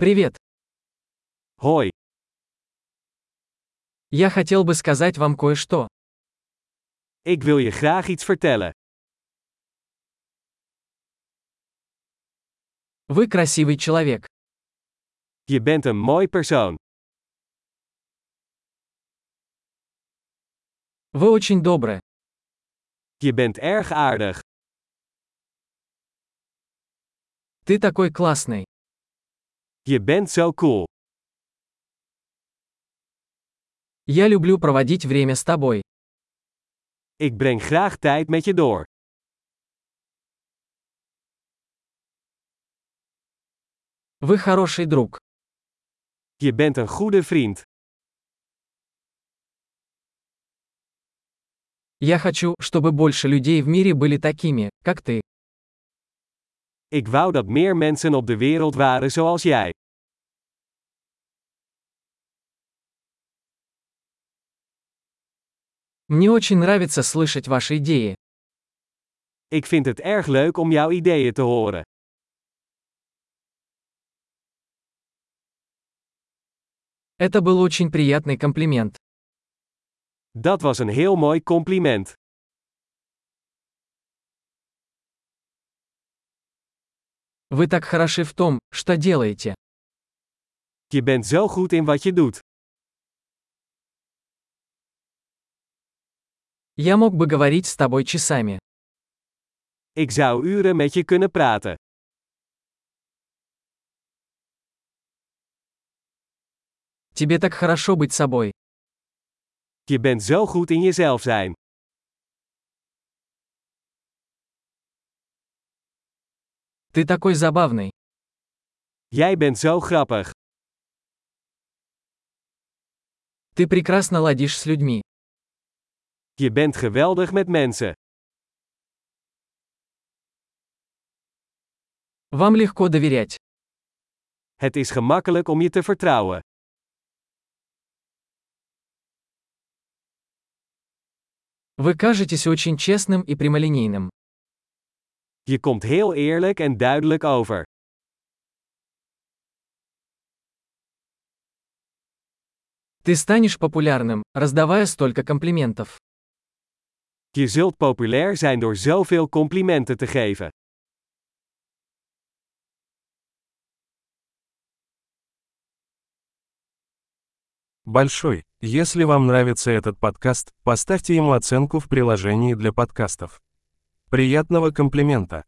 Привет. Hoi, Я хотел бы сказать вам кое-что. ik wil je graag iets vertellen. Вы красивый человек. Je bent een mooi persoon. Вы очень добры. Je bent erg aardig. Ты такой классный. Je bent zo cool. Я люблю проводить время с тобой. Ik breng graag tijd met je door. Вы хороший друг. Je bent een goede vriend. Я хочу, чтобы больше людей в мире были такими, как ты. Ik wou dat meer mensen op de wereld waren zoals jij. Мне очень нравится слышать ваши идеи. Ik vind het erg leuk om jouw ideeën te horen. Это был очень приятный комплимент. Dat was een heel mooi compliment. Вы так хороши в том, что делаете. Je bent zo goed in wat je doet. Я мог бы говорить с тобой часами. Ik zou uren met je kunnen praten. Тебе так хорошо быть собой. Je bent zo goed in jezelf zijn. Ты такой забавный. Jij bent zo grappig. Ты прекрасно ладишь с людьми. Je bent geweldig met mensen. Вам легко доверять. Het is gemakkelijk om je te vertrouwen. Вы кажетесь очень честным и прямолинейным. Je komt heel eerlijk en duidelijk over. Ты станешь популярным, раздавая столько комплиментов. Je zult populair zijn door zoveel complimenten te geven. Большой, если вам нравится этот подкаст, поставьте ему оценку в приложении для подкастов. Приятного комплимента!